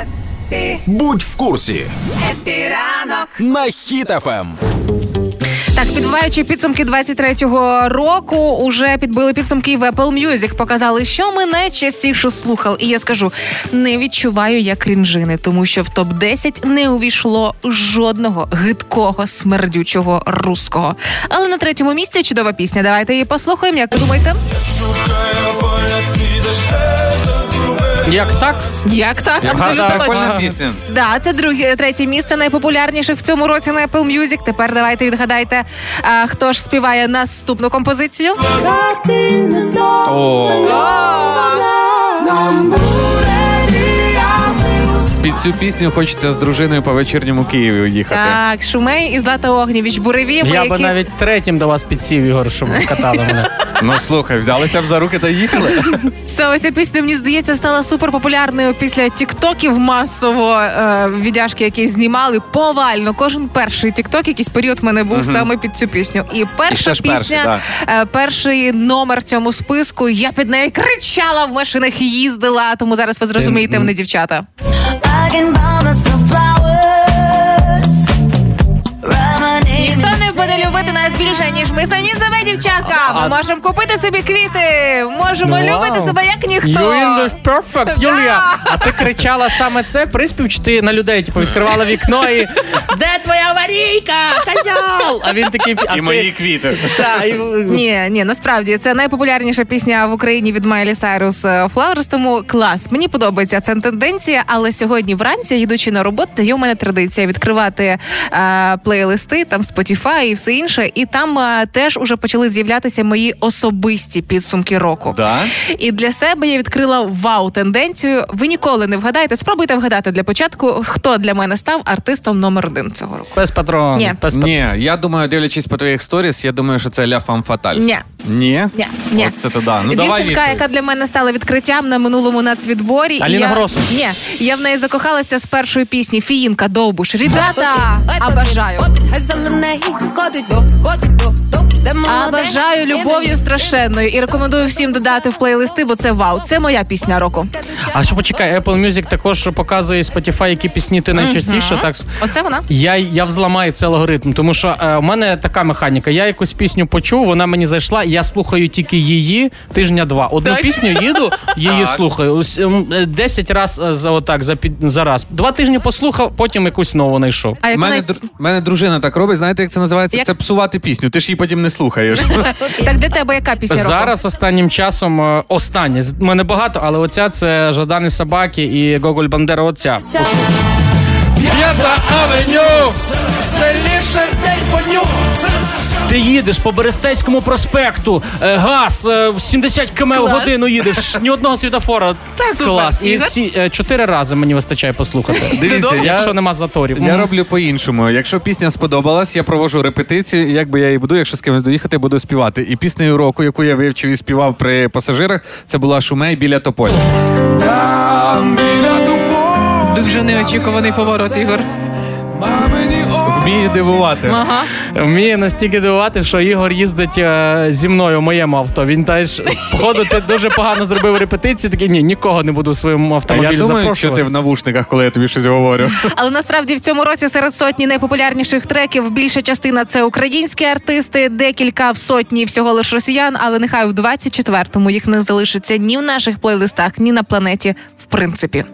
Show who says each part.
Speaker 1: Епі,
Speaker 2: Будь в курсі
Speaker 1: епі ранок.
Speaker 2: на Ем. хітафем.
Speaker 3: Так, підбиваючи підсумки 23-го року, уже підбили підсумки і в Apple Music, показали, що ми найчастіше слухали. І я скажу, не відчуваю я крінжини, тому що в топ 10 не увійшло жодного гидкого смердючого руського. Але на третьому місці чудова пісня. Давайте її послухаємо. Як думаєте?
Speaker 4: Як так?
Speaker 3: Як так?
Speaker 4: Гарна, прикольна
Speaker 5: пісня.
Speaker 3: Да, це друге, третє місце найпопулярніших в цьому році на Apple Music. Тепер давайте відгадайте, а, хто ж співає наступну композицію.
Speaker 5: Під цю пісню хочеться з дружиною по вечірньому Києві уїхати.
Speaker 3: Так, Шумей і Злата Огнєвіч, Буревіва,
Speaker 4: Я
Speaker 3: які...
Speaker 4: би навіть третім до вас підсів, Ігор, щоб ви катали мене.
Speaker 5: Ну слухай, взялися б за руки та їхали.
Speaker 3: Це ось ця пісня, мені здається, стала суперпопулярною після тіктоків масово е, віддяшки, які знімали повально. Кожен перший тікток, якийсь період в мене був саме під цю пісню. І перша
Speaker 5: ще ж перший,
Speaker 3: пісня, е, перший номер в цьому списку. Я під неї кричала в машинах, їздила. Тому зараз ви зрозумієте мене, дівчата.
Speaker 6: I can buy myself flowers.
Speaker 3: Ніхто не буде любити нас більше, ніж ми самі себе, дівчатка. Ми можемо купити собі квіти, можемо
Speaker 4: Ну, вау.
Speaker 3: любити себе як ніхто.
Speaker 4: You English perfect, Юлія.
Speaker 3: Да.
Speaker 4: А ти кричала саме це приспів, чи ти на людей типу, відкривала вікно і де твоя аварійка? Козял! А він такий а
Speaker 5: І
Speaker 4: ти-
Speaker 5: мої квіти.
Speaker 4: Та, і-
Speaker 3: Ні, ні, насправді це найпопулярніша пісня в Україні від Майлі Сайрус е, Flowers, тому клас. Мені подобається ця тенденція, але сьогодні вранці, їдучи на роботу, є у мене традиція відкривати е, плейлисти, там Spotify і все інше. І там е, теж уже почали з'являтися мої особисті підсумки року.
Speaker 5: Да?
Speaker 3: І для себе я відкрила вау тенденцію. Ви ніколи не вгадаєте. Спробуйте вгадати для початку, хто для мене став артистом номер один цього року.
Speaker 4: Пес патрон.
Speaker 3: Ні.
Speaker 4: Пес патрон.
Speaker 5: Ні, я думаю, дивлячись по твоїх сторіс, я думаю, що це ля фам фаталь.
Speaker 3: Ні.
Speaker 5: Ні?
Speaker 3: Ні, ні.
Speaker 5: От це то да. Ну, давай
Speaker 3: Дівчинка,
Speaker 5: відповідь.
Speaker 3: яка для мене стала відкриттям на минулому нацвідборі.
Speaker 4: Аліна
Speaker 3: я...
Speaker 4: Гросу.
Speaker 3: Ні, я в неї закохалася з першої пісні Фіїнка Довбуш. Ребята, обожаю. Обожаю любов'ю страшенною і рекомендую всім додати в плейлисти, бо це вау. Це моя пісня року.
Speaker 4: А що почекай, Apple Music також показує Spotify, які пісні ти найчастіше. Так
Speaker 3: Оце вона.
Speaker 4: Я, я взламаю цей алгоритм, тому що е, у мене така механіка. Я якусь пісню почув, вона мені зайшла, і я слухаю тільки її тижня два. Одну пісню їду, її
Speaker 5: Так.
Speaker 4: слухаю. Ось, ем, е, 10 раз е, за отак за, під- за раз. Два тижні послухав, потім якусь нову знайшов.
Speaker 3: А як
Speaker 5: мене,
Speaker 3: най...
Speaker 5: дру- мене дружина так робить, знаєте, як це називається?
Speaker 3: Як?
Speaker 5: Це псувати пісню. Ти ж її потім не слухаєш.
Speaker 3: так для тебе яка пісня року?
Speaker 4: Зараз останнім часом е, останнє. З- в Мене багато, але оця це Жадани Собаки і Гоголь Бандера. Оця. П'ята авеню! Селіше день понюх! Ти їдеш по Берестейському проспекту, е, газ е, в 70 км в годину їдеш, ні одного світофора. Так, клас. І всі е, чотири рази мені вистачає послухати.
Speaker 5: Дивіться, я-
Speaker 4: якщо нема заторів.
Speaker 5: Я
Speaker 4: Мгм.
Speaker 5: роблю по-іншому. Якщо пісня сподобалась, я провожу репетицію. Як би я її буду, якщо з кимось доїхати, буду співати. І піснею року, яку я вивчив і співав при пасажирах, це була Шумей біля тополя. Там біля тополя.
Speaker 3: Дуже неочікуваний поворот, Ігор.
Speaker 5: Вмію дивувати.
Speaker 3: Ага.
Speaker 4: Вміє настільки дивувати, що Ігор їздить е, зі мною в моєму авто. Він теж походу ти дуже погано зробив репетицію. Такий ні, нікого не буду в своєму
Speaker 5: Та
Speaker 4: автомобілі
Speaker 5: я думаю, що
Speaker 4: запрошувати.
Speaker 5: ти в навушниках, коли я тобі щось говорю.
Speaker 3: Але насправді в цьому році серед сотні найпопулярніших треків більша частина це українські артисти, декілька в сотні всього лиш росіян, але нехай в 24-му їх не залишиться ні в наших плейлистах, ні на планеті, в принципі.